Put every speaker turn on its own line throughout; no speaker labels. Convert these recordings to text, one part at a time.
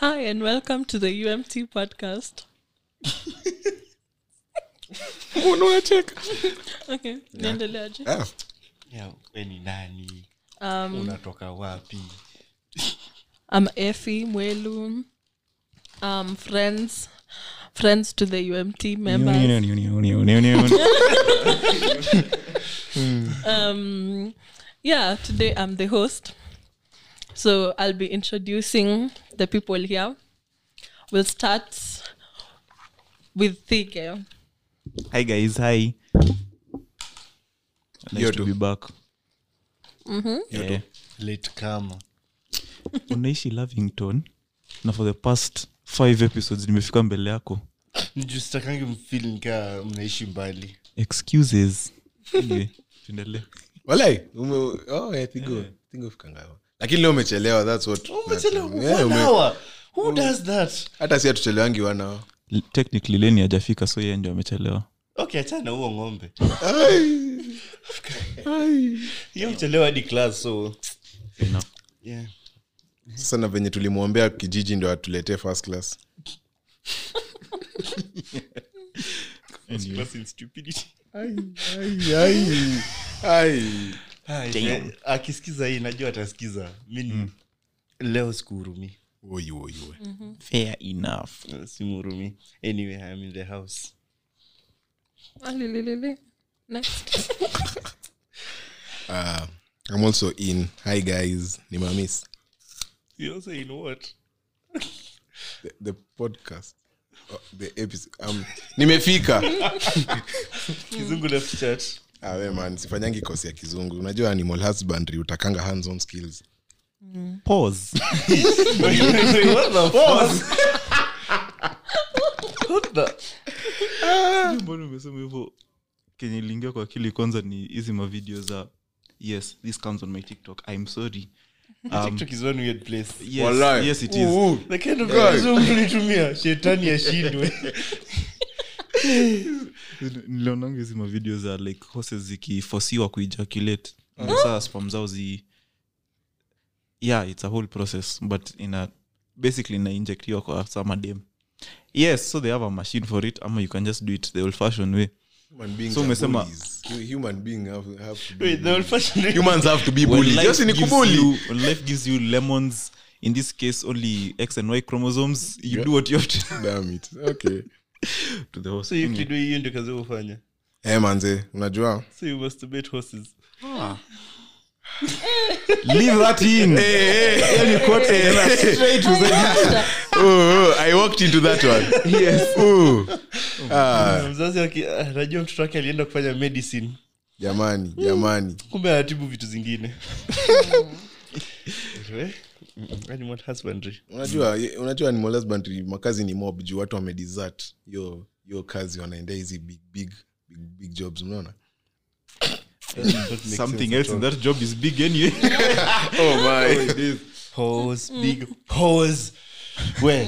welcome to the UMT podcast.
Mbona unacheka?
Okay, niendeleaje?
Ah,
ya we ni nani
Um,
unatoka wapi
I'm Effie Mwelu. Um, friends, friends to the UMT members.
union, union, union, union, Hmm. union.
Um, yeah, today I'm the host, so I'll be introducing the people here. We'll start with Thike.
hi guys hi nice
Yo
to
too.
be back yeah.
late kama
unaishi lavington na for the past five episodes nimefika mbele yako
mjustakange mfili kaa mnaishi mbali
excuses anyway, tuendelee.
Walai, ume- oh, yeah, pigo. Pigo fika ngawa. lakini leo umechelewa that's
Oh,
what-
eh,
Yeah, ume- hata si hatuchelewangi wanao
L- technically leni hajafika so yeye ndio amechelewa
achana huo ng'ombe hiyo mchelewa hadi class so
Enough.
yeah.
sasa na venye tulimwombea kijiji ndo atuletee first class
Ai, Eh, akisikiza hii najua atasikiza mi ni- leo sikuhurumi
Oi, oi, oi.
fair enough
simhurumi Eh, anyway I'm in the house
Alililili. Next.
Ah, I'm also in hi guys ni mamis
You also in what
the, the podcast oh, the episode um, nimefika
kizungu left chat
awe man sifanyangi kosi ya kizungu unajua animal husbandry utakanga hands on skills
pause
Wait, wait, wait, what the fuck? What the-
Hiyo mbona umesema hivyo kenye iliingia kwa akili kwanza ni hizi mavideo za yes this comes on my tiktok i'm sorry um,
TikTok is one weird place.
yes,
Walai.
yes it is
The kind of
Guy.
kizungu ulitumia, shetani ashindwe.
nilionanga hizi mavideo za like horses zikifosiwa kuijaculate Na saa spam zao zi yeah it's a whole process but in a basically nainjectiwa kwa sama dem yes so they have a machine for it ama you can just do it the old fashion way
Human beings
So
are
umesema-
bullies. Hu- human being have- have to be-
Wait, the old fashioned-
humans have to be bullies.
When
Just
life
ni
gives
kubully.
you- when life gives you lemons in this case only x and y chromosomes you
Yeah.
do what you have to
Damn it. Okay.
to the horse
So you kidwe hiyo ndio kazi hufanya.
Eh, manze unajua
So you masturbate horses.
leave that
Eh,
in Any quote together straight to the-
oh, oh, eh. i walked into that one Ooh. Ah,
Mzazi aki- ah, anajua mtoto wake alienda kufanya medicine
jamani jamani
kumbe anatibu vitu zingine Anyway, mm, animal husbandry.
unajua unajua animal husbandry makazi ni mob juu watu wamedesert yo yo kazi wanaendea hizi big big big, big jobs mnaona
That does not make
something
sense at
else in
all.
that job is big anyway Oh,
Pause, big pause. We,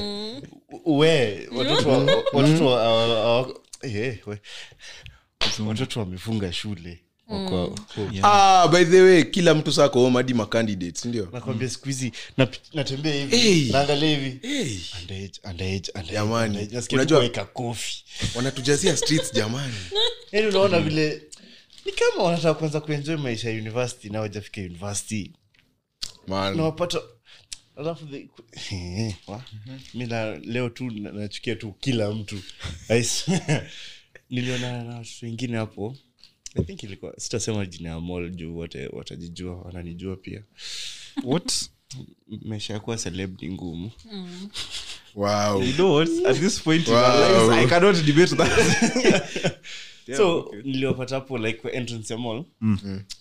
we, watoto
Mm.
wa- watoto wa- wa- wa- eh, we.
Mm.
watoto wamefunga shule wako- wako-
Hmm. ah, by the way kila mtu saa kwa home hadi macandidates ndio
nakwambia siku hizi napi- natembea
Hey.
hivi naangalia hivi Underage, underage, underage,
Jamani,
underage. Nasikia
unajua-
tu kuweka kofi
wanatujazia streets jamani
yani Yaani unaona
Mm.
vile ni kama wanataka kuanza kuenjoy maisha ya university na wajafika university
man
nawapata alafu the- Eh, wa-
Mm-hmm.
mi na- leo tu na- nachukia tu kila mtu I swear. nilionana na watu wengine hapo i think ilikuwa sitasema jina ya mall juu wote watajijua wananijua pia
what
maisha ya kuwa celeb ni ngumu
wow
you know what at this point in our
Wow.
lives, i cannot debate that
so niliwapata hapo like kwa entrance ya mall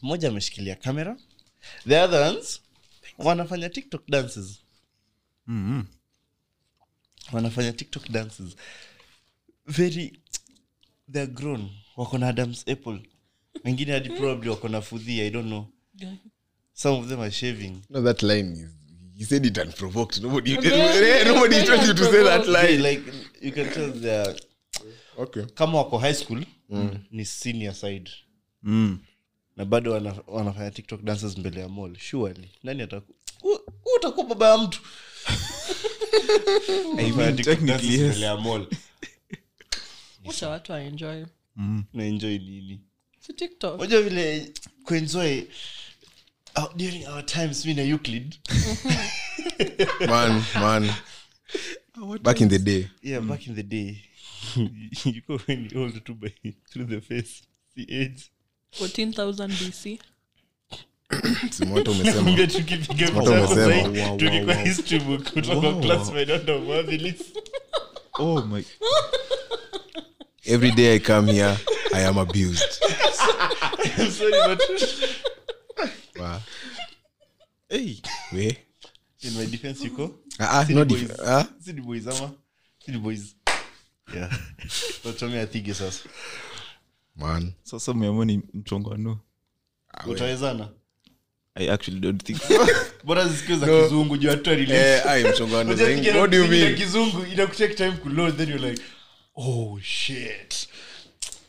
mmoja ameshikilia kamera the other ones wanafanya tiktok dances wanafanya tiktok dances very they're grown wako na adams apple wengine hadi probably wako na fudhi i don't know some of them are shaving
no that line is he said it unprovoked nobody eh,
Very
nobody told you to say that
They,
line
like you can tell they're
okay
kama wako high school ni senior side
mm.
na bado wana, wanafanya tiktok dances mbele ya mall surely nani ataku- Hu- hu utakuwa baba ya mtu
I mean,
Maandiko
technically,
dances
yes.
mbele ya mall.
wacha watu waenjoy
naenjoy nini
si tiktok
moja vile kuenjoy uh, during our times mi na euclid
man man back in the day
yeah back in the day you go when you hold two by through the face the age
14000 bc
si moto umesema
Mwambie tukipiga
Watu
mchana
wamesema,
sahi,
wow, wow,
tungekuwa
wow.
history book kutoka
Wow.
class by Dr. Mwabilis.
oh my
every day i come here i am abused
I'm sorry, but-
wow.
hey
we
In my defense, yuko?
ah, ah,
City
no
boys.
dif- ah?
City boys, ama? City boys. Yeah. Wachomea tigi sasa
man
sasa mmeamua ni mchongano
Ah,
utawezana
i actually don't think
bora zisikiwe za
No.
kizungu juu hatu relate.
eh ai mchongano
Unajua
zaidi
kingine
what do you
kingine
mean
kizungu inakutake time kuload then you're like oh shit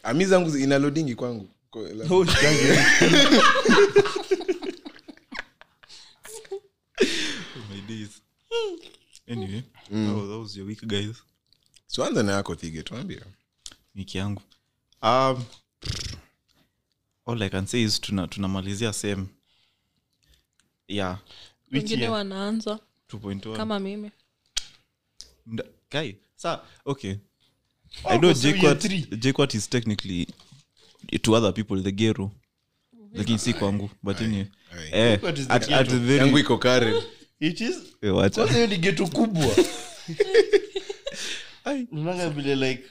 ami zangu zi- ina loadingi kwangu Kwa- la-
my days anyway that, was, that was your week guys
so anza na yako thige tuambie
wiki yangu um, all i can say is tuna- tunamalizia tuna same yeah
Which
wengine
year?
wanaanza
2.1
kama mimi
Mda- guy
Sa-
okay
Oh,
i know
so year
jquat
three.
jquat is technically to other people the gero lakini si kwangu but anyway
Aye.
eh,
What is the
at, at the
ghetto?
very
yangu iko karen
It is-
Eh, wacha.
kwanza hiyo ni geto kubwa unaga vile like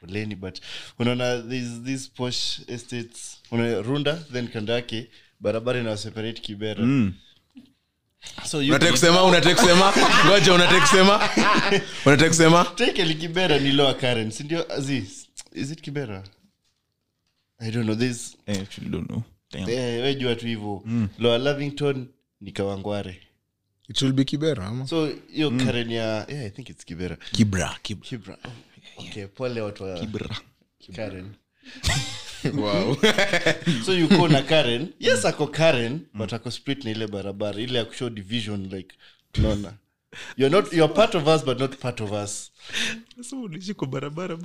poleni but unaona these these posh estates una runda then kando yake barabara ina separate kibera
Mm.
so you
unataka kusema unataka kusema ngoja unataka kusema unataka kusema
take el kibera ni lower current si ndio aziz is it kibera i don't know this
I actually Eh, don't know Damn.
eh, we jua tu hivyo lower lavington ni kawangware
it should be kibera ama
so hiyo current ya yeah, i think it's kibera
kibra kibra
kibra okay pole watu wa
Bra.
karen
wow
so yuko na karen Mm. yes ako karen but ako split na ile barabara ile ya kushow division like unaona you're not you're part of us but not part of us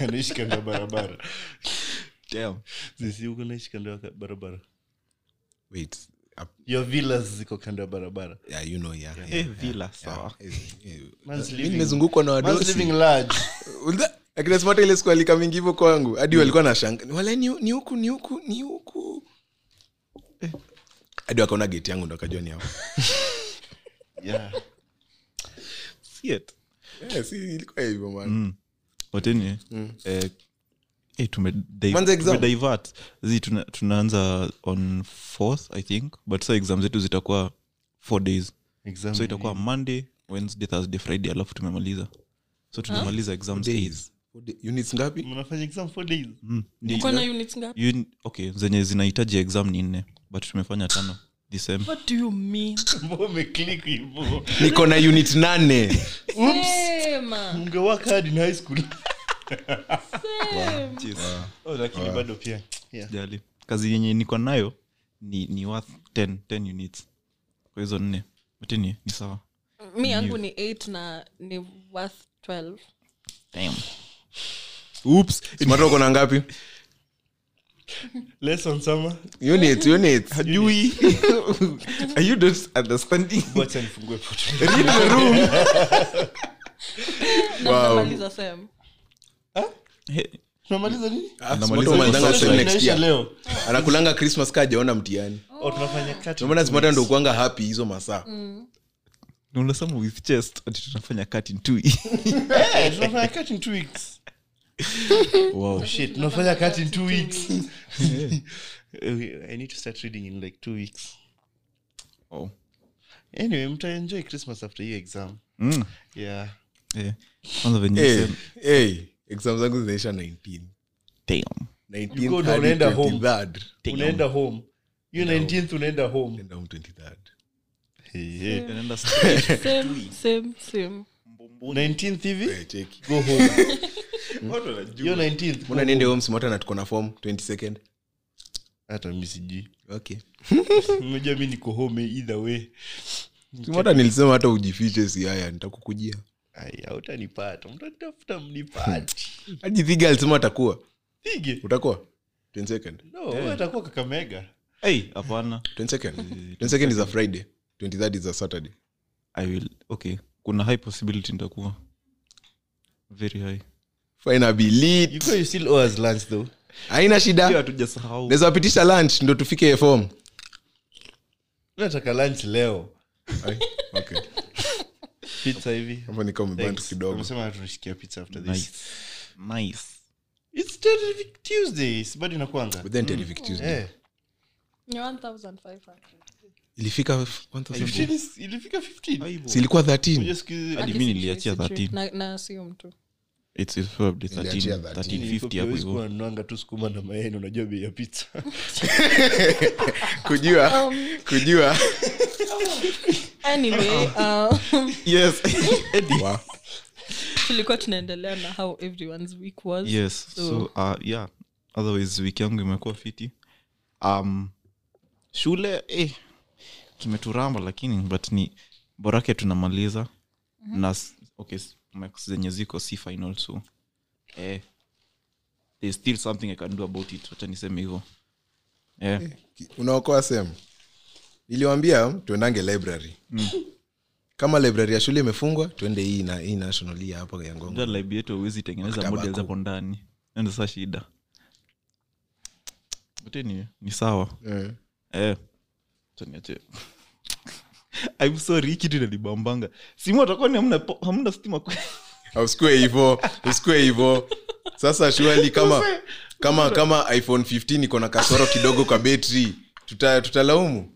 anaishi kando ya barabara
Damn.
sisi huko naishi kando ya ka- barabara
wait uh,
your villas ziko kando ya barabara
yeah, you know yeah, yeah.
Eh, villa sawa
Man's
Mimi
living-
nimezungukwa na
Man's
wadosi
living large
Ulda- lakini smata ile siku alikamingi hivyo kwangu hadi walikuwa na shanga wala ni ni huku ni huku ni huku Eh. hadi wakaona geti yangu ndo akajua ni hapa
yeah
See it.
Eh, si ilikuwa hivyo man
But anyway, eh, eh, tume- di-
Mwanzo exam.
tumedivert. Zi, tuna- tunaanza on 4th i think but sa exam zetu zitakuwa four days
exam
so itakuwa monday wednesday thursday friday alafu tumemaliza so tunamaliza exams eight.
days units ngapi
mnafanya exam for days
Mm, ni-
uko na units ngapi
you- okay zenye zinahitaji exam ni nne but tumefanya tano the same
what do you mean
mbona umeclick hivyo
niko na unit nane
sema
mngewaka hard in high school
sema
oh lakini bado pia yeah
jali kazi yenye niko nayo ni, ni worth 10, 10 units kwa hizo nne but ni, ni sawa
mi yangu ni 8 na ni worth 12
Damn.
smata uko na ngapi
lesson summer
unit unit
hajui are you not understanding
wacha nifungue pote
namaliza sema
He-
tunamaliza nini
Ah, Smata umalizanga
Lesson
same next
inaisha
year
leo
anakulanga krismas kaa jaona mtiani
au Oh, tunafanya kati
ndomana smata ndo kuanga happy hizo masaa
unasema with chest ati tunafanya cut in two
Eh, tunafanya kati in two weeks
wow
shit tunafanya kati in two weeks i need to start reading in like two weeks
oh.
anyway mtaenjoy christmas after hiyo exam
mm.
yeah
eh. kwanza venye
hey,
sema-
hey, exam zangu zinaisha 19
Damn.
19
You go,
hadi
unaenda home.
23rd.
unaenda home hiyo 19th unaenda home
Unaenda home 23rd.
Unaenda straight.
same same same
19th hivi
Eh, cheki.
go home hiyo 19th go
mbona niende home smata na tuko na form 22nd
home. hata mi sijui
okay
mmoja mi niko home either way
simata nilisema hata ujifiche siaya nitakukujia
Ai, hautanipata mtanitafuta mnipati
hadi thiga alisema atakuwa
pige
utakuwa 10 second
no wewe atakuwa kakamega
Hey, hapana
10 second 10 second is a friday 23rd is a saturday
i will okay kuna high possibility nitakuwa very high
fine I'll be lit.
you know you still owe us lunch though
haina shida
hatujasahau
naweza pitisha lunch ndo tufike form
nataka lunch leo
Ai, okay
pizza hivi
hapo nikawa umebantu
Thanks.
kidogo
Wamesema tunishikia pizza after
nice.
this
nice
it's terrific tuesdays bado inakwanga
but then terrific tuesday
eh
Ni 1500.
ilifika f- 1000
15 ilifika 15
Aibu.
si ilikuwa 13
Unajua siku hizi-
Hadi
Aki
mi
sijui,
niliachia
sijui.
13.
Na- na assume tu
It's- it's probably
Niliachia
13,
13,
1350 hapo
Yaani, Huwezi kuwa
hivyo.
nanwanga tu sukuma na mayai na unajua bei ya pizza
kujua
Um,
kujua
anyway um,
yes wow.
tulikuwa tunaendelea na how everyone's week was
yes so uh, yeah otherwise wiki yangu imekuwa fiti um, shule eh, kimeturamba lakini but ni borake tunamaliza mm-hmm. na s- okay, s- marks zenye ziko si final so eh, there's still something i can do about it wacha niseme hivyo eh,
unaokoa sehemu niliwambia tuendange library kama library ya shule imefungwa twende hii na hii national hii hapa ya ngongo
unajua library yetu hauwezi tengeneza
Maktaba
models
kuu.
hapo ndani Hiyo ndio sasa shida but anyway, ni sawa
Eh.
Eh. Acha niache. I'm sorry, hii kitu inanibambanga simu atakuwa ni hamna, po- hamna stima kwe-
usikue hivo usikue hivo sasa shuali kama kama kama iphone 15 iko na kasoro kidogo kwa betri tuta, tutalaumu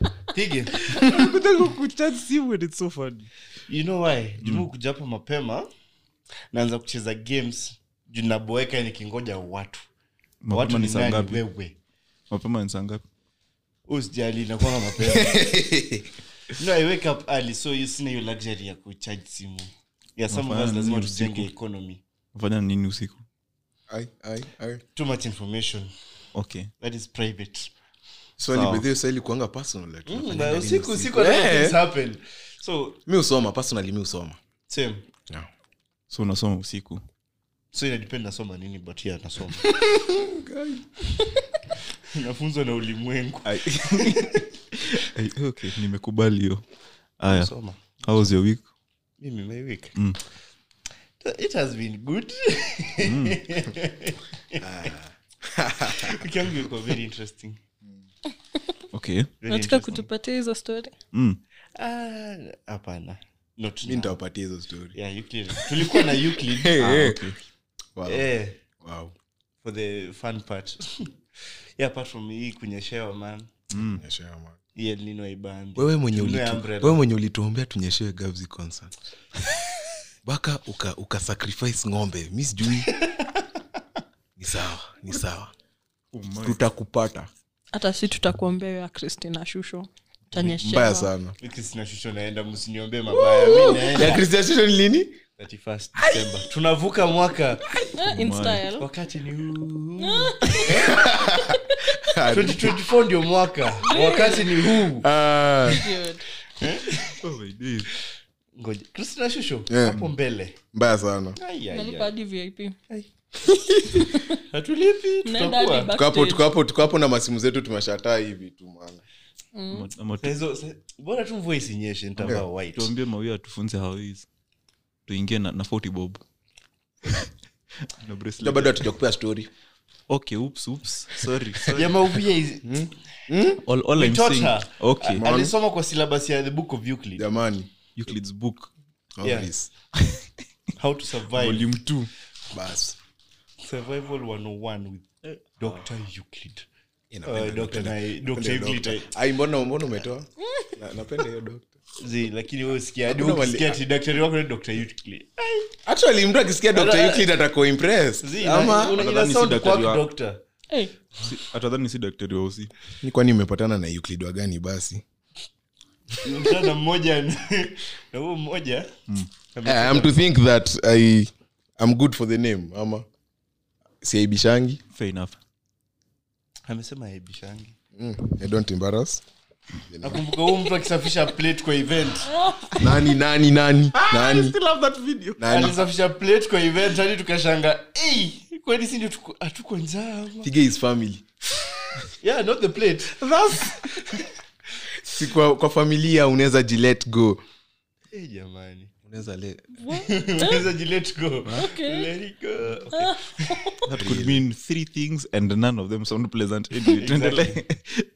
pige you know why
Mm.
jumu kuja hapa mapema naanza kucheza games juu naboeka nikingoja watu watu
mapema ni
ni
saa
nani
ngapi
wewe
mapema ni saa ngapi
usijali nakwanga mapema no i wake up early so you sina hiyo luxury ya kucharge simu ya some of
Unafanya
us lazima
nini
tujenge
usiku?
economy
fanya nini usiku
Ai, ai, ai.
too much information
okay
that is private
swali
Sawa.
bedhi swali kuanga personal like,
Mm,
tunafanya
na
nini
usiku usiku
Eh,
a lot of things happen so
mi usoma personally mi usoma
same
so unasoma usiku
so inadepend nasoma nini but yeah nasoma nafunzwa na ulimwengu
Ai, Eh, okay nimekubali hiyo aya
soma
how was your week
mimi my week
Mm.
it has been good
Mm. Ah.
wiki yangu ilikuwa very interesting
okay
Very
nataka
interesting.
kutupatia hizo story
mm.
Ah, hapana Not
mi
now.
nitawapatia hizo story
Yeah, Euclid. tulikuwa na Euclid. Ah,
Hey, hey.
okay.
Wow,
Eh,
wow.
for the fun part yeah, apart from hii kunyeshewa man
Nyeshewa, man.
hii El Nino haibambi.
Mm. wewe mwenye
Tununue
ulitu-
umbrella.
wewe mwenye ulituombea tunyeshewe gavzi concert baka uka, uka sacrifice ng'ombe mi sijui ni sawa ni sawa Oh tutakupata
hata si tutakuombea ya kristina shusho
mbaya
tanyeshewa
sana
Wiki sina shusho naenda msiniombee mabaya mi naenda
ya Christian Station ni lini
31st December. tunavuka mwaka
Eh, in style
wakati ni huu 2024 ndio mwaka wakati ni huu
Ah,
Dude.
ngoja kristina shusho
Yeah.
hapo mbele
mbaya sana
Ai, ai,
Nalipa
ai.
hadi vip
hatulipi
Naenda hadi
tutakuwa
backstage.
Tuko hapo- tuko hapo- tuko hapo na masimu zetu tumeshataa hivi tu maana
Ama- ama tu-
Saizo- sa- bora tu mvua isinyeshe nitavaa white
tuambie mawia atufunze hawaizi tuingie na, na 40 bob na
Ila
bracelet.
bado hatujakupea story
okay oops oops sorry sorry
jamaa ubia is-
all, all I'm
taught
saying,
her. Uh,
okay
Mwana-
alisoma kwa syllabus ya the book of euclid
jamani
Euclid's book
all this.
how to survive
volume 2
basi
survival 101 with
Eh.
dr euclid
Inapenda-
Uh, Dr.
napenda-
Nai-
napenda
Dr.
hiyo
Evil
doctor.
Tate.
Ai, mbona mbona umetoa Na- napenda hiyo doctor.
Zii, lakini wewe usikia hadi
Hakuna wali-
ukisikia ati daktari wako ni dr euclid
actually mtu akisikia dr euclid atakuwa
Zii,
impressed
ina-
ama
una- ina
nadhani si
sound
daktari
kwa
wa-
doctor.
Eh,
hatadhani si daktari wausi
ni kwani umepatana na euclid wa gani basi
mtana mmoja na huo mmoja
I am Eh, to think that i am good for the name ama siaibishangi
fair enough
amesema aibishangi
mm. i don't embarrass
nakumbuka huu mtu akisafisha plate kwa event
nani nani nani nani nani
alisafisha plate kwa event hadi tukashanga "Ei, kweli sindio hatuko njaa ama?"
pige his family
yeah not the plate
si kwa, kwa familia unaweza ji let go
Eh, jamani
unaweza le-
Unaweza ji let go
Okay.
Let it go.
that could mean three things and none of them sound pleasant anyway tuendelee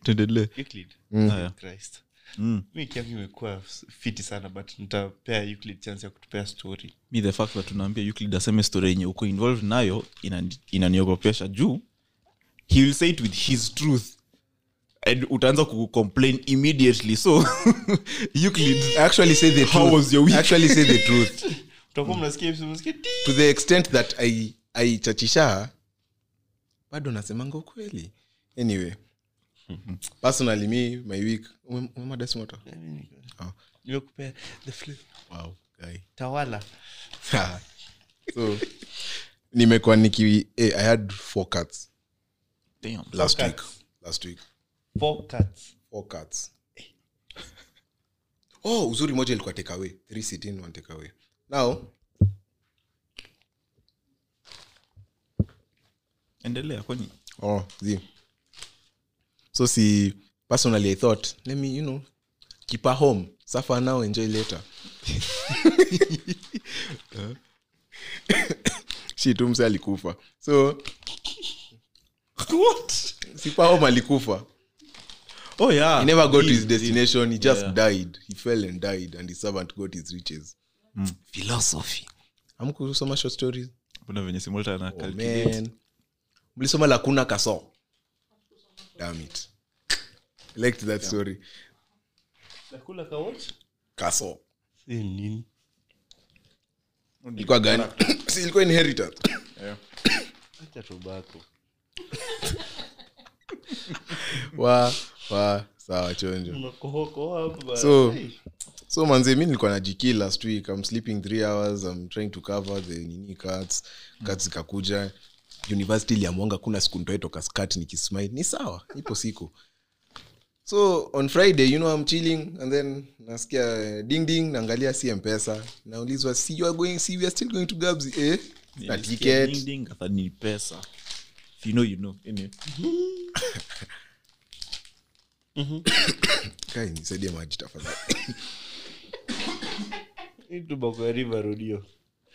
tuendelee
Euclid.
Haya.
Christ.
Mm.
mi kiangu imekuwa fiti sana but nitapea Euclid chance ya kutupea story
mi the fact that tunaambia euclid aseme story yenye uko involved nayo inani- inaniogopesha juu he will say it with his truth and utaanza kucomplain immediately so euclid
actually say the
How
truth.
was your week?
actually say the truth
utakuwa
Mm.
mnasikia episode, mnasikia "Ti."
to the extent that ai- aichachisha bado nasemanga ukweli anyway personally me my week ume- umemadasimoto Oh.
nimekupea the flavor.
wow, guy.
tawala
Ha. so nimekuwa niki eh, i had four cats
damn
last
Four
week
cats.
last week
four cats
four cats oh uzuri moja ilikuwa take away three sit in one take away now
endelea kwani
oh zi so si personally i thought let me you know keep her home suffer now enjoy later shi tu mse alikufa so sipa home alikufa
oh yeah
he never got to
He-
his destination he just
Yeah.
died he fell and died and his servant got his riches
Mm.
philosophy amkusoma short stories
mbona venye simolta ana
Oh,
calculate.
man. mlisoma lakuna kaso Damn it. liked that story
nakula kawach
kaso
nini
ilikuwa gani si ilikuwa inheritance
acha tobako
wa wa sawa chonjo
unakohoko hapa
So-
Hey.
so manze mi nilikuwa najikil last week i'm sleeping three hours i'm trying to cover the nini cats cats zikakuja university iliamwanga kuna siku ntoe toka skat nikismile ni sawa ipo siku so on friday you know i'm chilling and then nasikia eh, ding ding naangalia si mpesa naulizwa si you are going see we are still going to gabs eh na
Nilisikia ding
ticket
ding, kadhani ni pesa If you know you know Anyway.
kai nisaidie maji tafadhali
Hii tobacco ya river road hiyo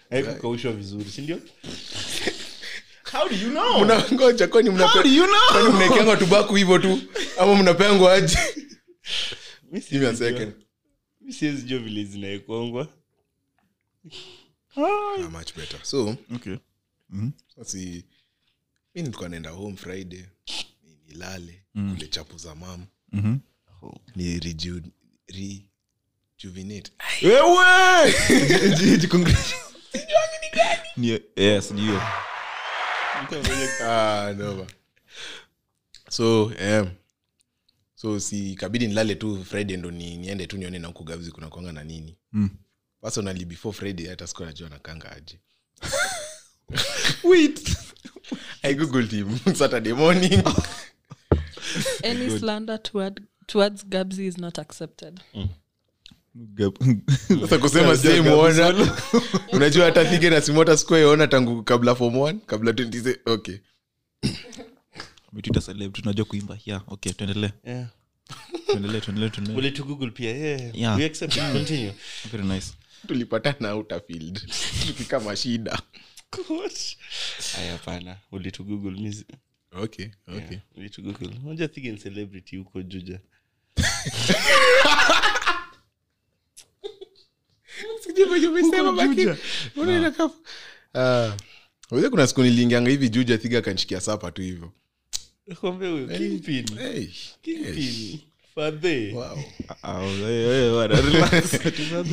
haikukaushwa vizuri sindio
mnangoja kwani mnapekwani mnaekeangwa tubaku hivyo tu ama mnapengwa aje
Mi
Give me a
siwezi jua-
second.
mi siwezi jua vile zinaekongwa
Ah, much better so
okay
basi mi nilikuwa naenda home friday ni- nilale
Mm.
kule chapu za mam
Mhm.
ni reju- rejuvenate
Ni- yes, ni hiyo.
Ah, no, ba. so em, so si kabidi nilale tu friday ndo ni, niende tu nione na huku gavzi kuna kwanga na nini
Mm.
personally before friday hata siku najua nakanga aje i googled him saturday morning
Any slander toward, towards Gabsy is not accepted.
Gab-
sasa kusema
Unajua
simuona unajua hata thige na simota sikuaiona tangu kabla form one kabla 20 se- okay
Umetuita celeb, tunajua kuimba yeah okay tuendelee
Yeah.
tuendelee tuendelee tuendelee
Ule tu google pia yeah.
Yeah.
We accept it. Continue.
very nice
tulipatana outfield tukikama shida
What? Aya, hapana Ule tu google mi si-
okay okay
yeah. Ule tu google unajua Thige ni celebrity huko juja
weze Ah. kuna siku niliingianga hivi juja thiga akanishikia sapa tu hivyo
nakwambia huyo kingpin
Hey,
kingpin fadhe
wow.
Ah, eh, eh, bwana, relax.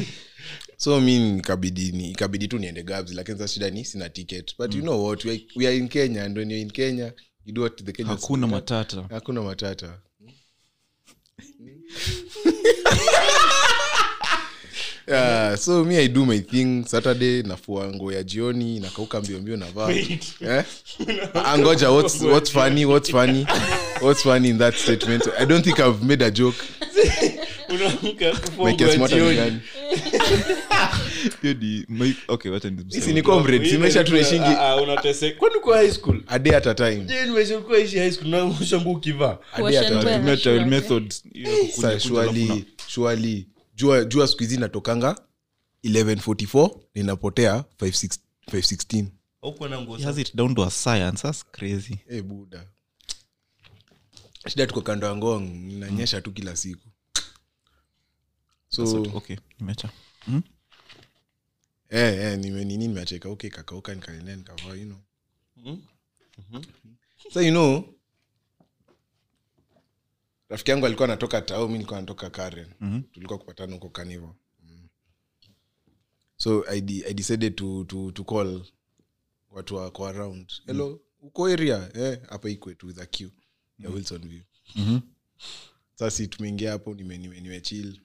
so mi nikabidi ni- ikabidi tu niende gabs lakini sasa shida ni sina ticket but you know what we are, we are in kenya and when you're in kenya you do what the Kenyans
hakuna
do.
matata
hakuna matata yeah, so mi i do my thing saturday nafua nguo ya jioni nakauka mbiombio navaa
Wait.
eh? Ah, ngoja what's, what's funny what's funny what's funny in that statement i don't think i've made a joke
unaamka
Make us
kufungwa
smarter than
jioni
gani?
hiyo ni my- okay, wacha nikuseme.
Sisi ni comrades,
Ile
imesha tunaishingi
Ah, ah, unateseka kwani uko high school
a day at a time
je nimesha ulikuwa ishi high school na ushangu ukivaa
a day at a
Washenwe.
time
Tumia trial
Sure.
method, hiyo ya kukunja-
Sasa,
kunja alafu
surely- surely, jua jua siku hizi inatokanga 1144 linapotea 56 516
haukuwa na nguo
na- He
safi.
has it down to a science, that's crazy.
Eh, buda shida tuko kando ya ngong inanyesha tu kila siku so
Okay, nimeacha.
eh, eh, nime- nini nimeacheka okay kakauka nikaendea nikavaa you know
Mhm.
so you know rafiki yangu alikuwa anatoka tao mi nilikuwa natoka karen
Mhm.
tulikuwa kupatana huko kanivo Mm. so I, de- i decided to, to, to call watu wako around hello uko area eh, hapa eh, ikwetu with a q ya wilson view
Mhm.
sasi tumeingia hapo nime, nime, nime chill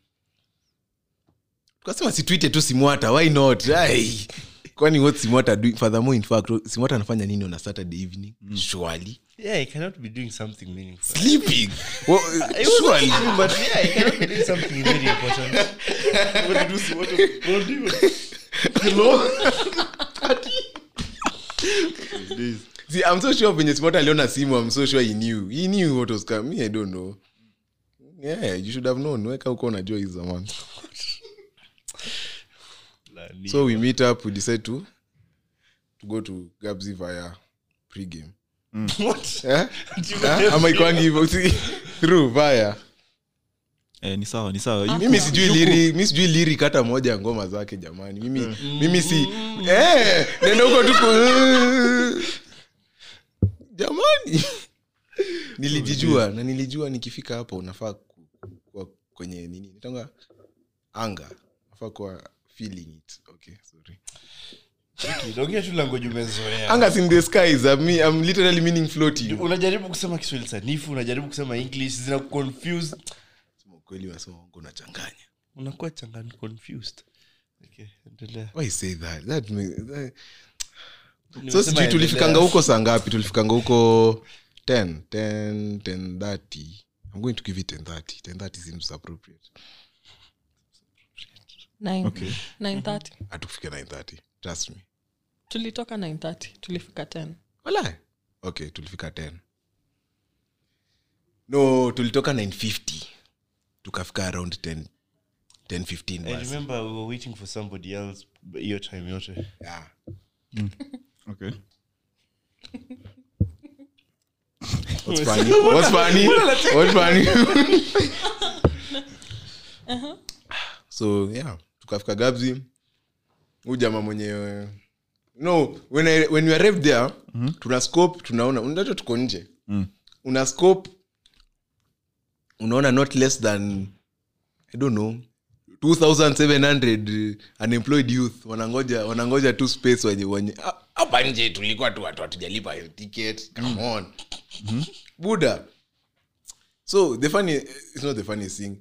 tukasema situite tu simwata why not Ai, kwani what simwata do furthermore in fact simwata anafanya nini on a saturday evening mm. surely
Yeah, I cannot be doing something meaningful.
sleeping well, surely
But yeah, I cannot be doing something very important. What do you- what do- what do you-
See, I'm so sure venye simwata aliona simu I'm so sure he knew he knew what was coming I don't know yeah you should have known weka uko unajua hizo zamani
Lani.
so we meet up we decide to to go to Gabzi via pregame
What?
eh
Do you
Ah,
have-
ama ikwangi hivyo si through via
Eh, ni sawa ni sawa
mimi sijui liri mi sijui liri kata moja ya ngoma zake jamani mimi mimi si eh, nenda huko tu ku- jamani nilijijua na nilijua nikifika hapo nafaa ku- kuwa kwenye nini nitonga anga nafaa kuwa feeling it okay sorry
Wiki, Ah, ongea tu language umezoea.
anga in the sky is I'm, I'm literally meaning floating
unajaribu kusema kiswahili sanifu unajaribu kusema english zina confuse
Sema kweli unasema wangu unachanganya
unakuwa changan confused okay, endelea
why say that that, may, that so
Nimesema
sijui
endelea.
tulifikanga huko saa ngapi tulifikanga huko 10 10 10:30. i'm going to give it 10:30. 10:30 seems appropriate
Nine-
Okay.
9:30.
hatukufika 9:30. trust me
tulitoka 9:30, tulifika 10.
wala okay tulifika 10 no tulitoka 950 tukafika around 10 10:15
i
basi.
remember we were waiting for somebody else but hiyo time yote
Yeah.
Okay.
What's funny? What's funny? What's funny? so yeah tukafika gabzi huu jamaa mwenye no when, I, when we arrived there mm-hmm. tuna scope tunaona unacho tuko nje
Mm.
una scope unaona not less than i don't know 2700 unemployed youth wanangoja wanangoja tu space wenye wenye ah, hapa nje tulikuwa tu watu hatujalipa hiyo ticket come on buda so the funny it's not the funniest thing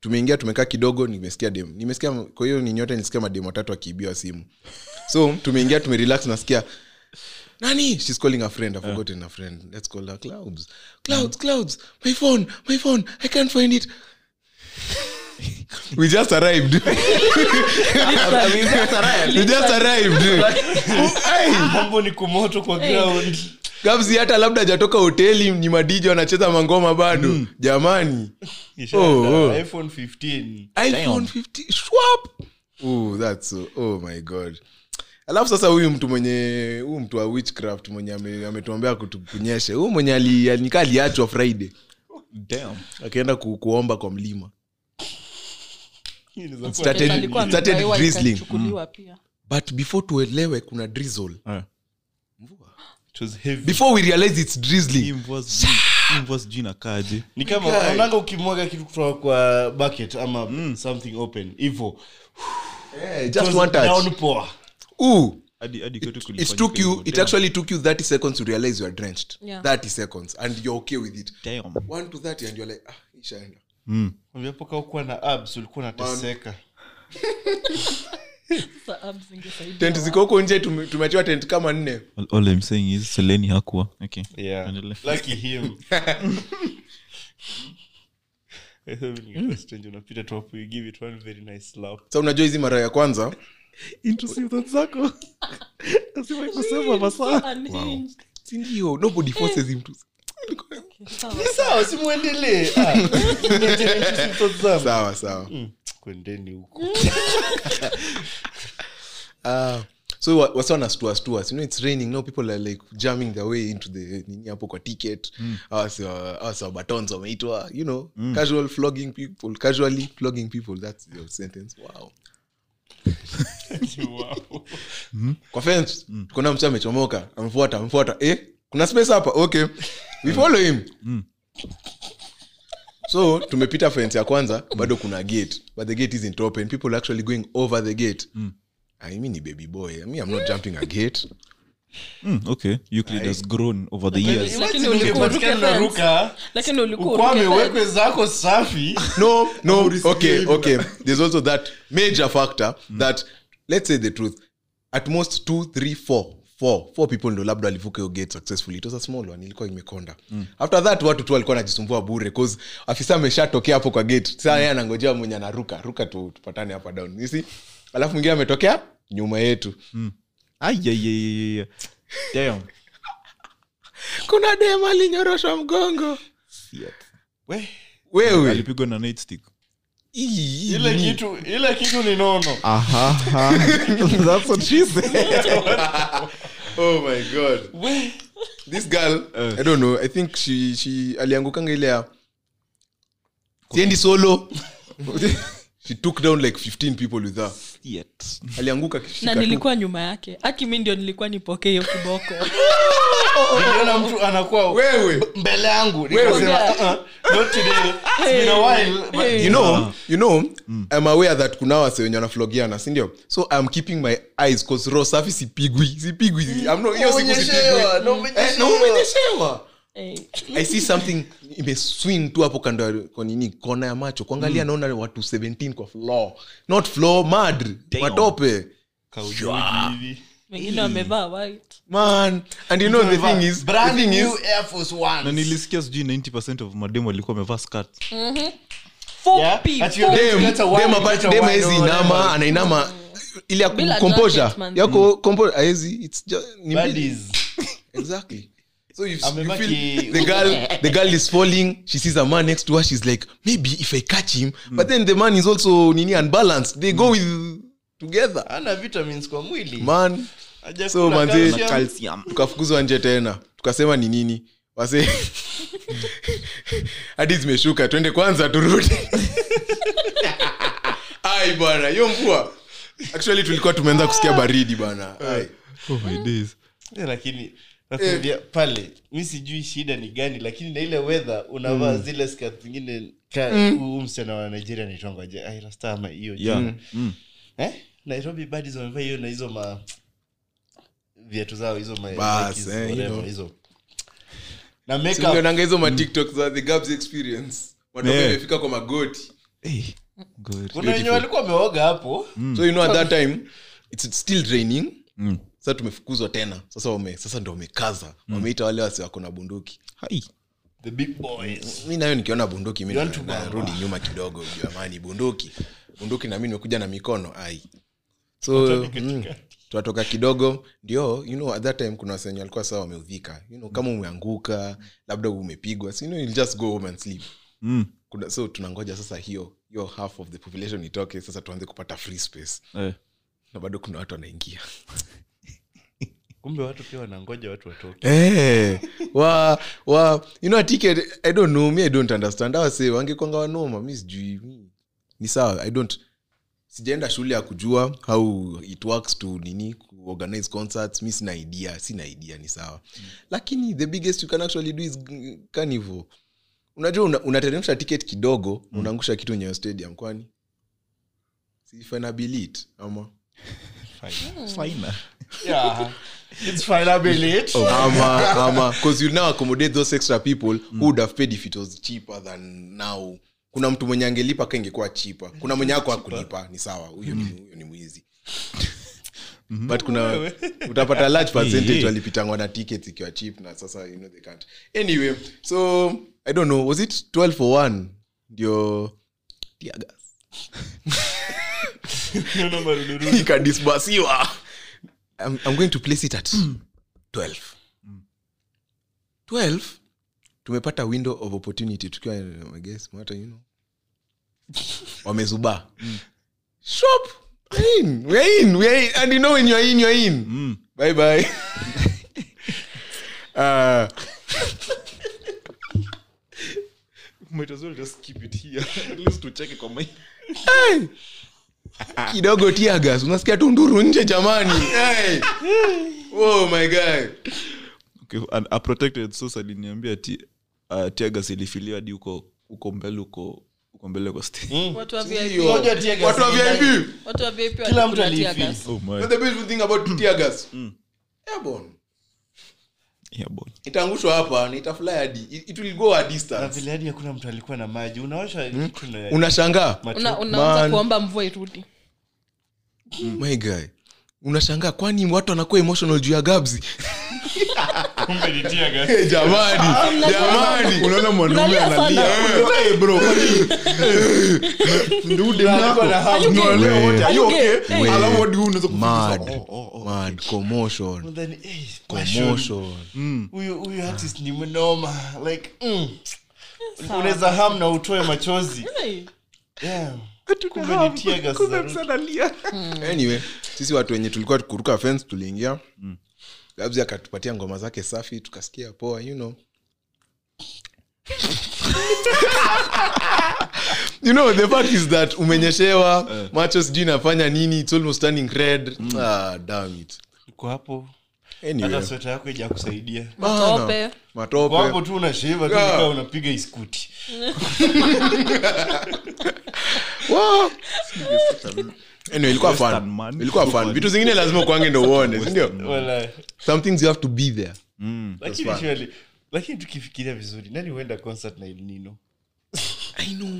tumeingia tumekaa kidogo nimesikia dem nimesikia kwa hiyo ni nyote nilisikia mademu watatu akiibiwa simu so tumeingia tumerelax nasikia nani she's calling a friend i've forgotten a friend let's call her clouds clouds clouds my phone my phone i can't find it we just arrived we just arrived Hey!
mambo ni kumoto kwa ground
Kabzi hata labda hajatoka hoteli ni madijo anacheza mangoma bado jamani
Ishaenda,
Oh, oh.
iphone 15
iphone 50 swap Ooh, that's so, oh my god alafu sasa huyu mtu mwenye huyu mtu wa witchcraft mwenye ame- ametuambia kutu- kunyeshe huyu mwenye ali- ali- nikaa aliachwa friday
Damn.
akaenda ku, kuomba kwa mlima
Hii inaweza kuwa-
Started-
Yes, alikuwa
started
amebaiwa,
drizzling. Mm.
nikachukuliwa pia.
but before tuelewe kuna drizzle
Eh.
it was heavy
before we realize it's
Hii
drizzling
mvua sijui- hii mvua sijui inakaaje.
ni kama
Guy.
unanga ukimwaga kitu kutoka kwa bucket ama something open hivo
Eh,
It
just
was
one touch
downpour.
Ooh,
Hadi- hadi kwetu
it
kulifanyika
took you
hivyo.
it actually took you 30 seconds to realize you are drenched
Yeah.
30 seconds and you're okay with it
Damn.
1 to 30 and you're like ah ishaenda
Mm.
Ungepoka ukuwa na abs ulikuwa unateseka
Sasa abs zingesaidia
tent ziko huko nje tume- tumeachiwa tent kama nne
All, all I'm saying is Seleni hakuwa. Okay.
yeah
Endelea.
lucky him strange unapita tu hapo you give it one very nice slap
sa unajua hizi mara ya kwanza
zako lazima ikusema masaa
Unhinged.
sindio nobody forces him to
ni sawa simuendelee Ah, niacheni tu sisi tuzame.
sawa sawa
Mm, kwendeni huko
Ah, so wa- wasa wanastuastua sino its raining now people are like jamming their way into the nini hapo kwa ticket awasiwabatons wameitwa you know casual flogging people casually flogging people thats your sentence wow
Wow.
Mm. kwa fence kuna mtu amechomoka amfuata amfuata eh kuna space hapa okay we follow him so tumepita fence ya kwanza bado kuna gate but the gate isn't open people are actually going over the gate i mean ni baby boy i mean i'm not jumping a gate
Mm, okay euclid has grown over the years
Lakini
Imagine
ulikuwa
ungepatikana
uruke fence.
unaruka,
lakini ulikuwa
ukwame
uruke
wekwe zako safi
no no okay okay there's also that major factor that let's say the truth at most two three four four four people ndo labda walivuka hiyo gate successfully it was a small one ilikuwa imekonda after that watu tu walikuwa wanajisumbua bure cause afisa ameshatokea hapo kwa gate saa yeye anangojea mwenye anaruka ruka tu tupatane hapa down you see alafu mwingine ametokea nyuma yetu
Aiyaiyaiyaiyaiya. Damn.
kuna dem alinyoroshwa mgongo wewe
alipigwa na nightstick.
Ii,
ile kitu ile kitu ni nono
That's what she said.
oh my god this girl i don't know i think she, she aliangukanga ile ya siendi solo she took down like 15 people with her
Shit.
alianguka
na
akishika tu.
nilikuwa nyuma yake akimi ndio nilikuwa nipokee hiyo kiboko
niliona mtu anakuwa
wewe
mbele yangu nikasema
Wewe.
"Uh-uh,
uh,
not today It's been a while, but-
Hey.
you know you know i'm aware that kuna wase wenye wanaflogiana sindio so i'm keeping my eyes cause ro safi sipigwi sipigwi I'm not- hiyo siku sipigwi
Umenyeshewa, na
Eh, na
umenyeshewa.
umenyeshewa
Eh.
i see something imeswing tu hapo kando ya- kwa nini kona ya macho kuangalia naona watu 17 kwa floor not floor mad matope
Kaujuji hivi.
wengine wamevaa white
man and you know the
Tumevaa
thing is the
brand
thing is
new Air Force Ones.
na nilisikia sijui 90 of mademu alikuwa amevaa skirt
Mhm. Fupi,
Yeah, ati yo-
fupi.
dem
Kuleta wine,
dem apa-
kuleta
dem
wine,
haezi
whatever.
inama anainama ili ya
Bila
composure
jacket, man.
yako composure haezi it's just ni mbili
Buddies.
exactly so you, you
Amebaki-
feel the girl the girl is falling she sees a man next to her she's like maybe if i catch him
Hmm.
but then the man is also nini unbalanced they go with together
Hana vitamins kwa mwili
man
Hajakula
so manze
calcium.
tukafukuzwa nje tena tukasema ni nini wase hadi zimeshuka twende kwanza turudi ai bwana hiyo mvua actually tulikuwa tumeanza kusikia baridi bwana Ai.
oh my days
Eh, lakini nakwambia pale mi sijui shida ni gani lakini na ile wedha unavaa zile skat zingine ka huu msichana wa nigeria naitongoje airastama hiyo
Yeah.
jina.
Mm.
eh? nairobi badis wamevaa hiyo na hizo ma viatu zao hizo ma-
Bas,
Nikes,
eh, you
whatever,
know.
hizo na
Si
makeup
mlionanga hizo matiktok za the gabs experience Watu
Mm. Yeah.
wamefika kwa magoti
Eh,
kuna
God.
wenye
beautiful. Mm.
walikuwa wameoga hapo
so you know at that time it's still raining
Mm.
sasa tumefukuzwa tena sasa wame, sasa ndo wamekaza wameita wale wasi wako na bunduki
Hai.
the big boys
mi nayo nikiona bunduki mi
You want to
na- narudi nyuma kidogo jamani bunduki bunduki na mi nimekuja na mikono ai so mm, tunatoka kidogo ndio you know at that time kuna wasenye walikuwa sawa wameudhika you know, kama umeanguka labda umepigwa so, you know, you'll just go home and sleep
Mm.
kuna, so tunangoja sasa hiyo hiyo half of the population itoke sasa tuanze kupata free space
Eh.
na bado kuna watu wanaingia
kumbe watu pia wanangoja watu watoke
Eh, wa wa you know ticket i don't know me i don't understand awa say wangekwanga wanoma mi sijui mi- ni sawa i don't sijaenda shule ya kujua how it works to nini kuorganize concerts mi sina idea sina idea ni sawa lakini the biggest you can actually do is g- carnival unajua una- unateremsha ticket kidogo mm. unaangusha kitu nyewe stadium kwani sifanabilit ama
Hmm. Fine.
yeah. It's final billet.
ama ama because you'll now accommodate those extra people who would have paid if it was cheaper than now kuna mtu mwenye angelipa ka ingekuwa chipa kuna mwenye ako akulipa ni sawa huyo ni huyo ni mwizi but kuna utapata large percentage
Yeah.
walipitangwa na tickets ikiwa cheap na sasa you know they can't anyway so i don't know was it 12 for 1 ndio tear gas.
Hiyo namba rudurudi.
ikadisbasiwa I'm, i'm going to place it at
Hmm.
12 12 tumepata window of opportunity tukiwa uh, I guess mata you know wamezubaa
Hmm.
shop We're in, we're in, we're in. and you know when you're in you're in
Hmm.
bye bye uh,
might as well just keep it here at least tucheke kwa mai
Hey! kidogo tiagas unasikia tu nduru nje jamani hey! oh my god
okay, an, a protected source aliniambia ti, uh, tiagas ilifiliwa hadi huko huko mbele huko huko mbele kwa stage
Mm.
Watu wa VIP
Unajua tear gas
watu wa
ni ndani.
vip
watu wa VIP
Kila mtu
walikula
alifeel.
tear gas.
oh my
That's the beautiful thing about tear gas. Airborne.
yeah boy
itaangushwa hapa na itafly hadi it, it will go a
Na
distance
Ah, vile hadi hakuna mtu alikuwa na maji unaosha kitu na-
unashangaa
macho.
Una- unaanza
Man.
kuomba mvua irudi
Oh my guy unashangaa kwani watu wanakuwa emotional juu ya gabs
Kumbe ni tear gas.
hey, jamani jamani
unaona mwanaume
Unalia sana.
analia Eh, bro, kwani- Ndio ude mnako.
you
Ndio
gay?
analia wote, are you okay?
Are you gay? Hey.
Alafu hadi wewe unaweza
mad
kufikiria,
mad commotion
Then, eh, passion.
oh. commotion
Huyu- huyu artist ni mnoma like mm. unaweza ham na utoe machozi
Hey.
Yeah. Kumbe ni tear gas za root.
Hmm. anyway sisi watu wenye tulikuwa kuruka fence tuliingia
Hmm.
gabs akatupatia ngoma zake safi tukasikia poa you know you know the fact is that umenyeshewa
Eh.
macho sijui inafanya nini it's almost turning red
Hmm.
ah, damn it
uko hapo
anyway
hata sweta yako ija kusaidia
Bana.
Matope.
Uko hapo
matope
tu unashiva tu
Yeah.
kaa unapiga iskuti
Wow. anyway ilikuwa
Western
fun
man.
ilikuwa fun vitu zingine lazima kwange ndo uone sindio
Wala.
some things you have to be there
lakini
Hmm, That's fine.
surely- lakini tukifikiria vizuri nani huenda concert na ilnino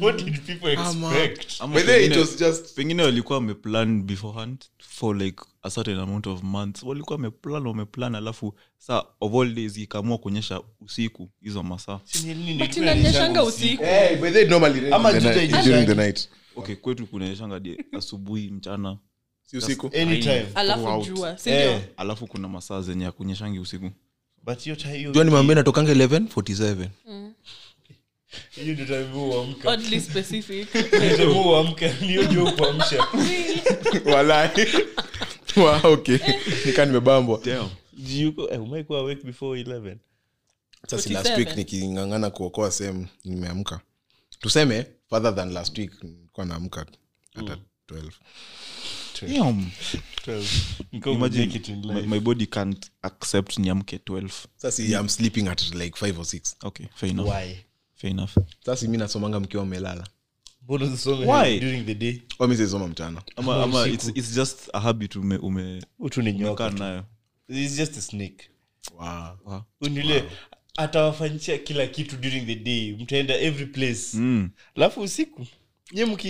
what did people
Ama-
expect
Ama
By the way, it
pengine-
was just
pengine walikuwa wameplan beforehand for like a certain amount of months walikuwa wameplan wameplan alafu saa of all days ikaamua kuonyesha usiku hizo masaa
Ni El Nino
But
ilikuwa inanyeshanga
inanyeshanga
usiku.
usiku
Hey, but they normally rain
Ama
in the
juja
night-
ijuja.
during the night.
okay kwetu kunaonyeshanga hadi asubuhi mchana
Si usiku.
Anytime.
alafu jua sindio
Eh.
alafu kuna masaa zenye akunyeshangi usiku
But hiyo time- hiyo-
jua nimwambia natokanga 1147
hiyo ndio time huwa uamka.
oddly specific
Ndio time huwa uamka, ndio jua kuamsha.
Walai. Wa, okay nikaa nimebambwa
Ji uko- eh, umewahi kuwa awake before 11?
sasi
47.
last week nikingangana kuokoa sehemu nimeamka tuseme further than last week nilikuwa naamka hata 12
Damn.
12. Niko
Imagine,
make it in
my,
life.
my body can't accept niamke 12
sasi i'm sleeping at like 5 or 6
okay fair enough
Why?
fair enough
sasi mi nasomanga mkiwa mmelala
Mbona usisome
Why?
during the day?
wamisesoma Oh, mchana
ama, ama
usiku.
it's, it's just a habit ume, ume,
Huyu tu ni nyoka.
umekaa nayo
It's just a snake.
wow.
Huyu ni yule atawafanyisha kila kitu during the day mtaenda every place
mm.
alafu usiku nye mki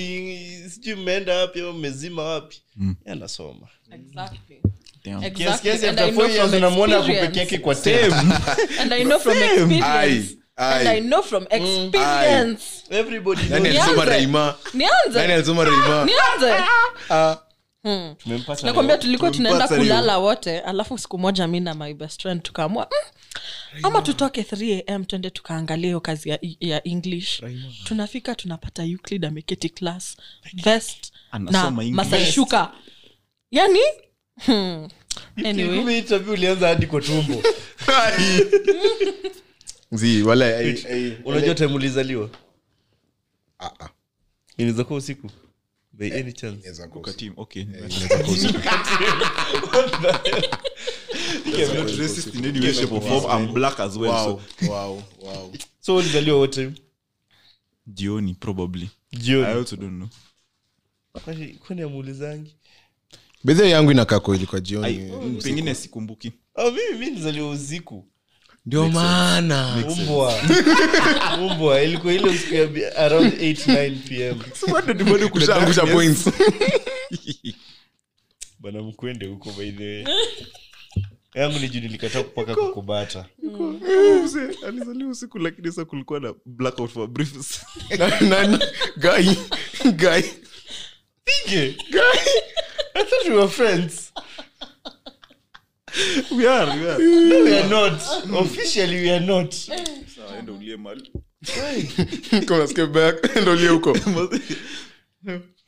sijui mmeenda wapi ama mmezima wapi mm. anasoma
exactly
Damn.
Kiasi-
Exactly.
kiasi
And I know
after four years
from
unamwona ako peke
experience.
yake kwa tent.
And I know from experience. And
Aye.
I know from
Mm,
experience.
Everybody knows.
nani Yaani alisoma
Nianze.
raima nani
Nianze.
Yaani alisoma raima
Nianze.
Ah,
Tumempata
nakwambia
leo.
tulikuwa tunaenda
Tumpata leo.
kulala wote alafu siku moja mi na my best friend tukaamua mm, ama tutoke 3am twende tukaangalia hiyo kazi ya, ya english tunafika tunapata euclid ameketi class vest na
Anasoma English.
masaishuka yani hmm. anyway
Kumbe interview ulianza hadi kwa tumbo
zii wala I- I-
unajua time ulizaliwa
Ah, ah.
inaweza kuwa usiku by any chance
Inaweza kuwa
Kwa team, okay.
inaweza kuwa usiku.
I'm not racist in any way, shape or form. I'm black as well,
Wow,
so-
wow, wow.
so ulizaliwa what time
jioni probably i
jioni
also don't know
Kwani- kwani amuulizangi
bedhe yangu inakaa kweli kwa jioni
I, Mm, pengine sikumbuki
Ah, mimi mi nizaliwa usiku
ndio maana
umbwa umbwa ilikuwa ile usiku ya bi- around 8 pm
kushaangusha points
bana mkwende huko by the way yangu ni juu nilikataa kupaka kukubata
Mzee, alizaliwa usiku lakini sa kulikuwa na blackout for briefs.
Na- nani? Guy. Guy.
Nige, guy, I thought we were friends.
We are, we are.
No, we are not. Officially, we are not.
Come on, skip back. Enda ulie huko. Oh,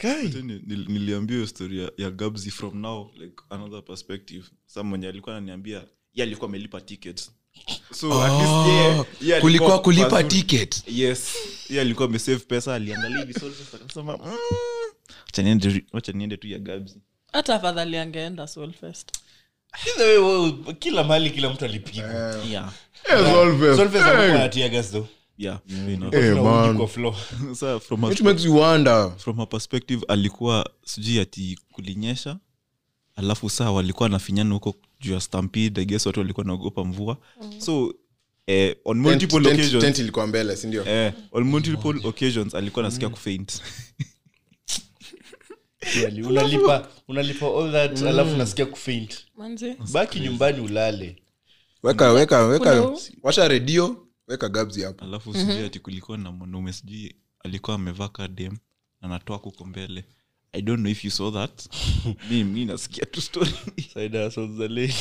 Lakini nil- niliambia hiyo story ya- ya gabzi from now like another perspective sa mwenye alikuwa ananiambia ye alikuwa amelipa tickets so at least yeye- yeye alikuwa
Oh, kulikuwa kulipa
pazuri.
ticket
yes ye alikuwa amesave pesa aliangalia hivi sources, akasema "Mm, wacha niende- wacha niende tu ya gabzi
hata afadhali angeenda Solfest.
Either way, well, kila mahali kila mtu alipigwa
yeah
Yeah.
Solfest
Hey.
alikuwa anatia gas though.
yeah fair enough.
Eh,
Kuna uji
man.
kwa floor.
Sasa from her-
It makes you wonder.
from her perspective alikuwa sijui ati kulinyesha alafu saa walikuwa nafinyana huko juu ya stampede I guess watu walikuwa naogopa mvua so eh, on multiple
Tent- tent-
occasions
tent ilikuwa mbele si ndio
eh, on multiple occasions alikuwa nasikia kufaint
Kweli, unalipa unalipa all
Mm.
that alafu nasikia kufaint
Manzi.
baki nyumbani ulale
weka weka weka
Kuna-
washa redio weka gabzi hapo
alafu sijui ati kulikuwa na mwanaume sijui alikuwa amevaa kadem anatoa kuko mbele i don't know if you saw that mi, mi nasikia tu story
Saida hustles the lady.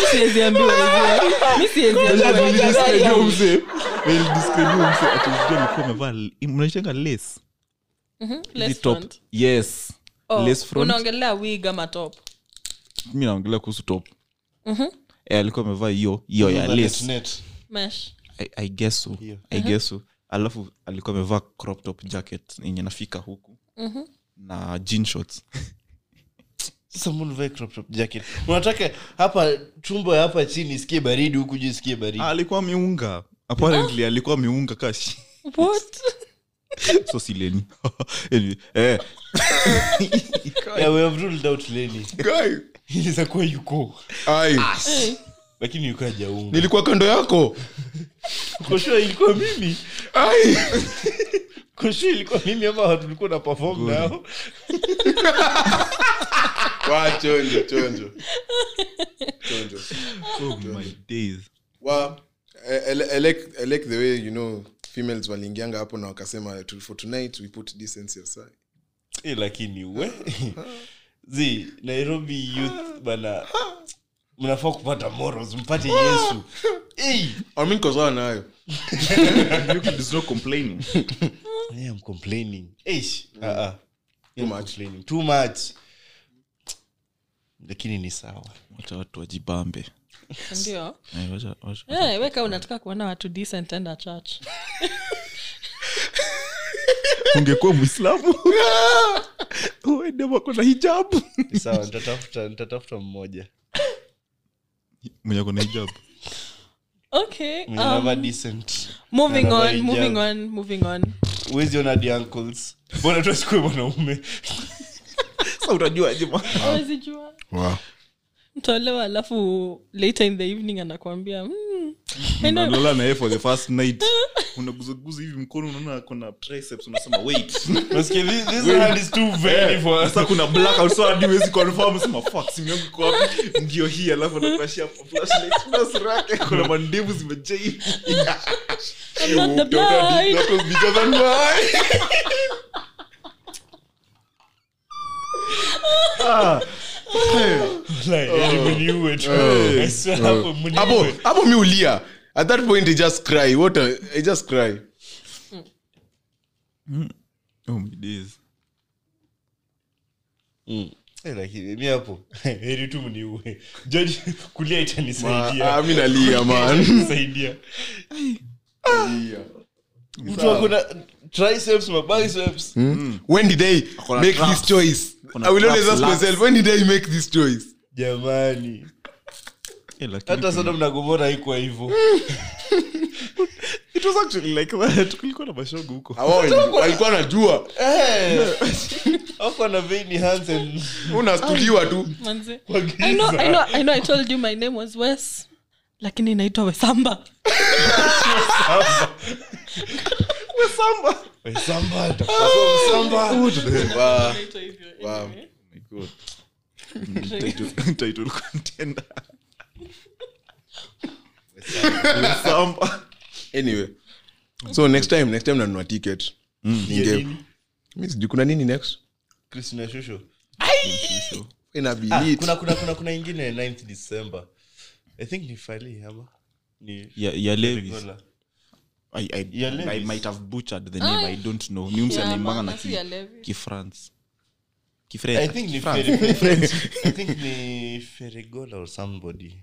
Mi siwezi ambiwa hivyo. Mi siwezi ambiwa hivyo.
alikuwa amevaa mnaishenga lace
Mhm,
Hizi
less
top.
front.
yes
Oh,
lace front.
unaongelea wig ama top
mi naongelea kuhusu top
Mhm.
Eh, alikuwa amevaa hiyo hiyo ya lace.
Net.
mesh
I, I guess so. I
Mhm.
guess so. alafu alikuwa amevaa crop top jacket yenye nafika huku
Mhm.
na jean shorts
Sasa mbona uvae crop top jacket? unataka hapa tumbo ya hapa chini isikie baridi huku juu isikie baridi
Ah, alikuwa miunga
Ah.
apparently alikuwa miunga kashi
what
so sileni anyway, eh,
Yeah, we have ruled out leni
Guy.
inaweza kuwa yuko
Ai.
lakini yuko hajaunga
nilikuwa kando yako
koshua ilikuwa mimi
Ai.
koshua ilikuwa mimi ama watu ulikuwa na perform nao
Wa, chonjo chonjo chonjo
oh my days
wa I- I li- I like, I like the way you know females waliingianga hapo na wakasema "To- for tonight we put decency aside
Eh, lakini we zi nairobi youth bana mnafaa kupata morals mpate yesu hey.
amin kozoa nayo
There's no complaining
I am complaining Eish. Ah, ah.
Too much.
Complaining. Too much. lakini ni sawa
wacha watu wajibambe
ndio
Eh, wacha- wacha-
Eh, weka unataka kuona watu decent enda church
ungekuwa mwislamu uendemako na hijabu
ni sawa nitatafuta nitatafuta mmoja
mwenye ako na hijabu
okay
Mwenye anavaa
um,
decent
moving
anavaa
on
hijab.
moving on moving on
huwezi ona the uncles mbona tuasikue mwanaume
sa utajuaje ma-
Huwezi jua
wow.
mtolewa alafu later in the evening anakuambia mm, I know-
unalala naye for the first night unaguzaguza hivi mkono unaona kuna triceps unasema wait
Nasikia this, this hand is too very for us
sasa kuna blackout so hadi huwezi confirm sema fuck simu yangu iko wapi ndio hii alafu anaflashia flashlight na sura yake kuna mandevu zimejaa hivi
I'm not the blind.
That was bigger than mine.
Like, yani mniue tu. I swear hapo mniue.
hapo hapo mi ulia at that point i just cry what a, i just cry
oh my days
Eh, lakini mi hapo heri tu mniue Judge, kulia itanisaidia
Ah, mi nalia man
Itanisaidia. mtu akona triceps ma biceps
Hmm? when did i
na
make
traps.
this choice
Kuna
i will
traps,
always ask
laps.
myself when did i make this choice
jamani
Eh,
hata
hata
sana mnagomora ikwa hivo
it was actually like that kulikuwa na mashogo huko
Hawa walikuwa najua
Eh. ako na veini hansen
unastuliwa tu
Manze. I know, I know, I know I told you my name was Wes, lakini naitwa Wesamba.
samba
Wow.
Ah.
Naitwa hivyo,
Wow.
anyway.
Title- title contender. Samba.
anyway so next time next time nanunua ticket
Ya
ninge
nini?
mi sijui kuna nini next
Christina Shusho. Ah,
inabi
kuna- kuna- kuna- kuna ingine 9th december i think ni fali ama ni
Ya- ya Levis.
Gola.
I- I-
Ya Levis.
I might have butchered the name, I don't know. Ni mse
Ya,
anaimbanga
maana
na
si
ki-
Ah, ya Levis.
kifrance
i
Kifrench.
think ni Feri- i think ni feregola or somebody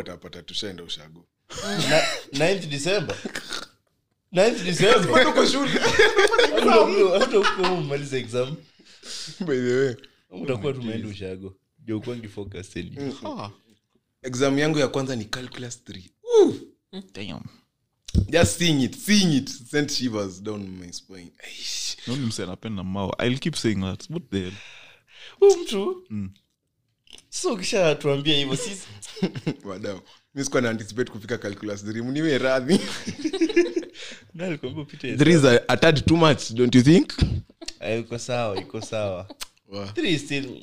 atapata tushaenda ushago
Na- 9th december 9th december
tuko shule
Hata ukiwa- hata ukiwa umemaliza exam
by the way
utakuwa tumeenda ushago ndio ukwangi focused.
Mm. Ah,
exam yangu ya kwanza ni calculus 3
Damn.
just seeing it seeing it sent shivers down my spine Aish.
Naona mse anapenda mawa. I'll keep saying that. What the hell?
huyu mtu so kisha tuambia hivyo sisi
wadau mi sikuwa na anticipate kufika calculus 3 mniwe radhi
na alikwambia upite
there is a, a tad too much don't you think
Eh, iko sawa iko sawa
Wa-
three is still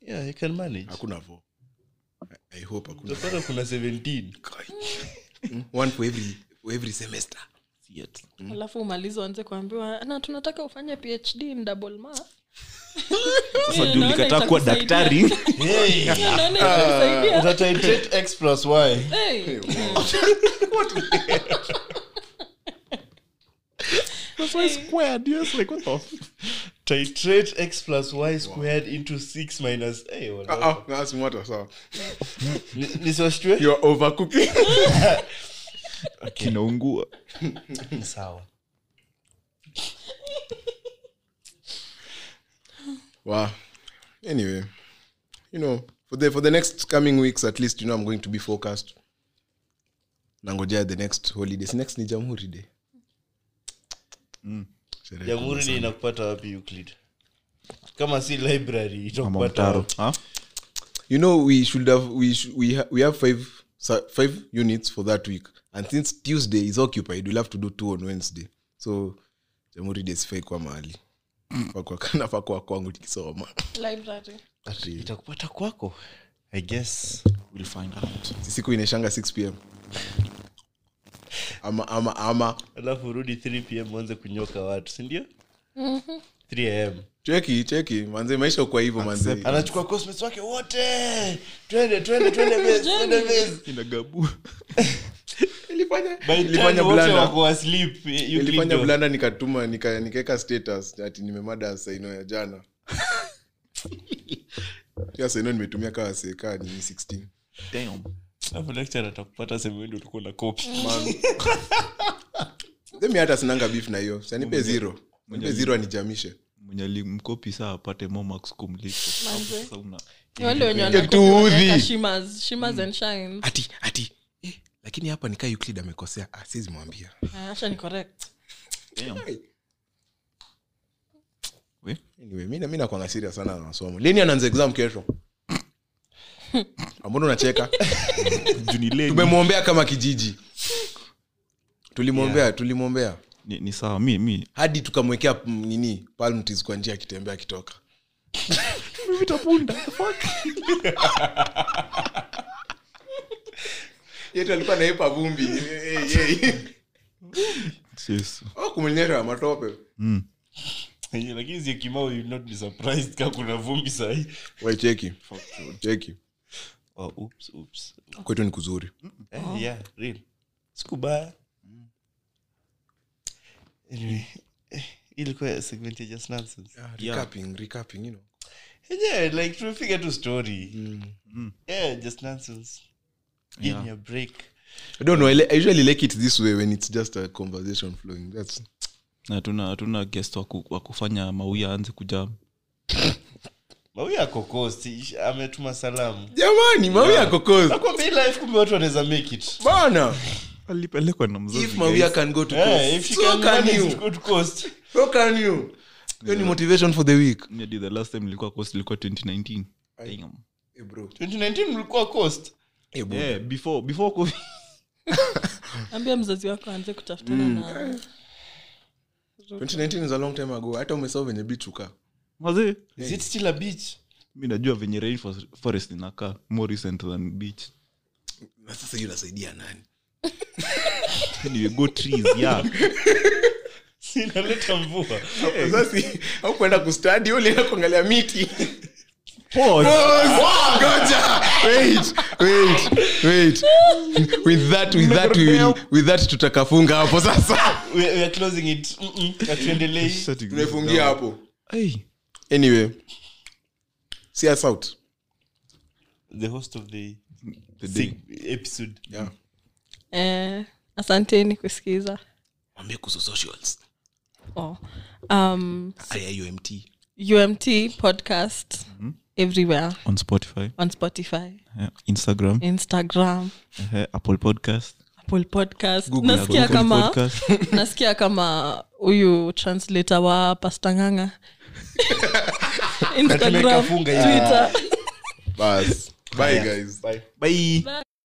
yeah you can manage
hakuna four. I, i hope hakuna
utapata kuna 17
Mm, one for every for every semester
See it.
alafu umalizi uanze kuambiwa na tunataka ufanye phd in double ma
Sasa juu nikataa kuwa daktari. Ah.
hey
naona itakusaidia
utatitrate x plus y
Hey.
titrate x plus y squared into 6 minus hey, wala-
Ah, ah, that's matter, sawa.
Ni- nisiwashtue
You are overcooking.
Kinaungua.
Ni sawa
Wow. Anyway, you know, for the for the next coming weeks, at least you know I'm going to be focused. Nangojea the next holiday. Si next ni Jamhuri Day. Sherehe
jamhuri ni inakupata wapi euclid kama si library
Ama
itakupata
mtaro.
wapi?
Ha?
you know we should have we sh- we ha- we have five so- five units for that week and since tuesday is occupied we'll have to do two on wednesday so jamhuri desifai kwa mahali Fa kwa- nafaa kwa kwangu nikisoma
Library.
itakupata kwako i guess
We'll find out.
siku inaishanga 6 pm ama ama ama
alafu urudi 3 pm uanze kunyoka watu sindio 3 am
cheki cheki manze maisha kwa hivyo manze
anachukua cosmos wake wote twende twende twende base, twende base.
Inagabua.
By the
Nilifanya
time wote
blanda.
wako asleep, eh, Euclid
nilifanya
ndio-
blanda nikatuma nika- nikaweka status ati nimemada saino ya jana pia saino nimetumia kawa sekaa ni 16
Damn.
Alafu lecturer atakupata sehemu hiyo ndio ulikuwa na copy.
Then mi hata sinanga beef na hiyo sanipe zero nipe
Mwenye-
zero anijamishe
mwenye alimkopi saa apate more marks kumliko Hapo
Manze.
sasa una-
Ni wale wenye
Tuudhi.
wanakuweka shimmers, shimmers and shines.
ati ati eh, lakini hapa nikaa euclid amekosea ah, siwezi mwambia
Ah, acha ni correct.
We?
anyway, mi mi nakwanga siria sana na masomo lini anaanza exam kesho ambona unacheka
Juu ni leni.
tumemwombea kama kijiji tulimwombea tulimwombea
Ni- ni sawa mi mi
hadi tukamwekea mm, nini palmtis kwa njia akitembea akitoka yetu alikuwa naepa vumbi Hey, hey, hey.
Yes.
Oh, kumenyesha ya matope
Eh, lakini sio kimao, you will not be surprised kama kuna vumbi sahi
Wai, cheki cheki
Oh, oops, oops.
kwetu ni kuzuri
Eh,
Oh.
yeah, real. Sikubaya. Anyway, eh, ilikuwa ya segment ya just nonsense. Eh,
Ah,
Yeah.
Recapping, recapping, you know.
Yeah, like tumepiga tu story.
Mm.
Yeah, just nonsense. Give
Yeah.
me a break.
I don't know. I, li- I usually like it this way when it's just a conversation flowing. That's
Na hatuna hatuna guest wa ku- wa kufanya mauya aanze kujam
Mawi ako coast, ish- ametuma salamu
jamani, mawi yako cause.
nakwambia hii life kumbe watu wanaweza make it
Bana,
alipelekwa na
if Mawia can go to
Eh,
coast,
if she
so
can
can
manage
you.
good coast.
So can you. Hiyo ni motivation for the week.
the last time nilikuwa coast ilikuwa 2019
Ai.
Damn.
2019 mlikuwa coast
Eh, bro.
Yeah, before before covid
ambia mzazi wako aanze kutafutana na
2019 is a long time ago. Hata umesahau venye beach ukaa.
Mazee,
is it still a beach
mi najua venye rainforest inakaa more recent than beach
na sasa hiyo nasaidia nani
anyway, go trees yeah
sinaleta mvua
sasa au kwenda kustadi ulienda kuangalia miti
pause
Ngoja. Wait, wait, wait. With that- with that we will- with that tutakafunga hapo sasa
we, we are closing it Mm-mm, hatuendelei
Shut it
tumefungia
down.
hapo
Hey,
anyway see us out
the host of the,
the day.
sig- episode
yeah.
eh, asanteni kusikiza
wambie kuhusu socials
oh. um,
iumt
umt podcast everywhere
on spotify
on spotify
yeah. instagram
instagram
eh, apple podcast
apple podcast
Google
nasikia kama
podcast
nasikia kama huyu translator wa pastanganga
Na
instagram
tumekafunga hivi.
twitter
bas bye guys
bye
bye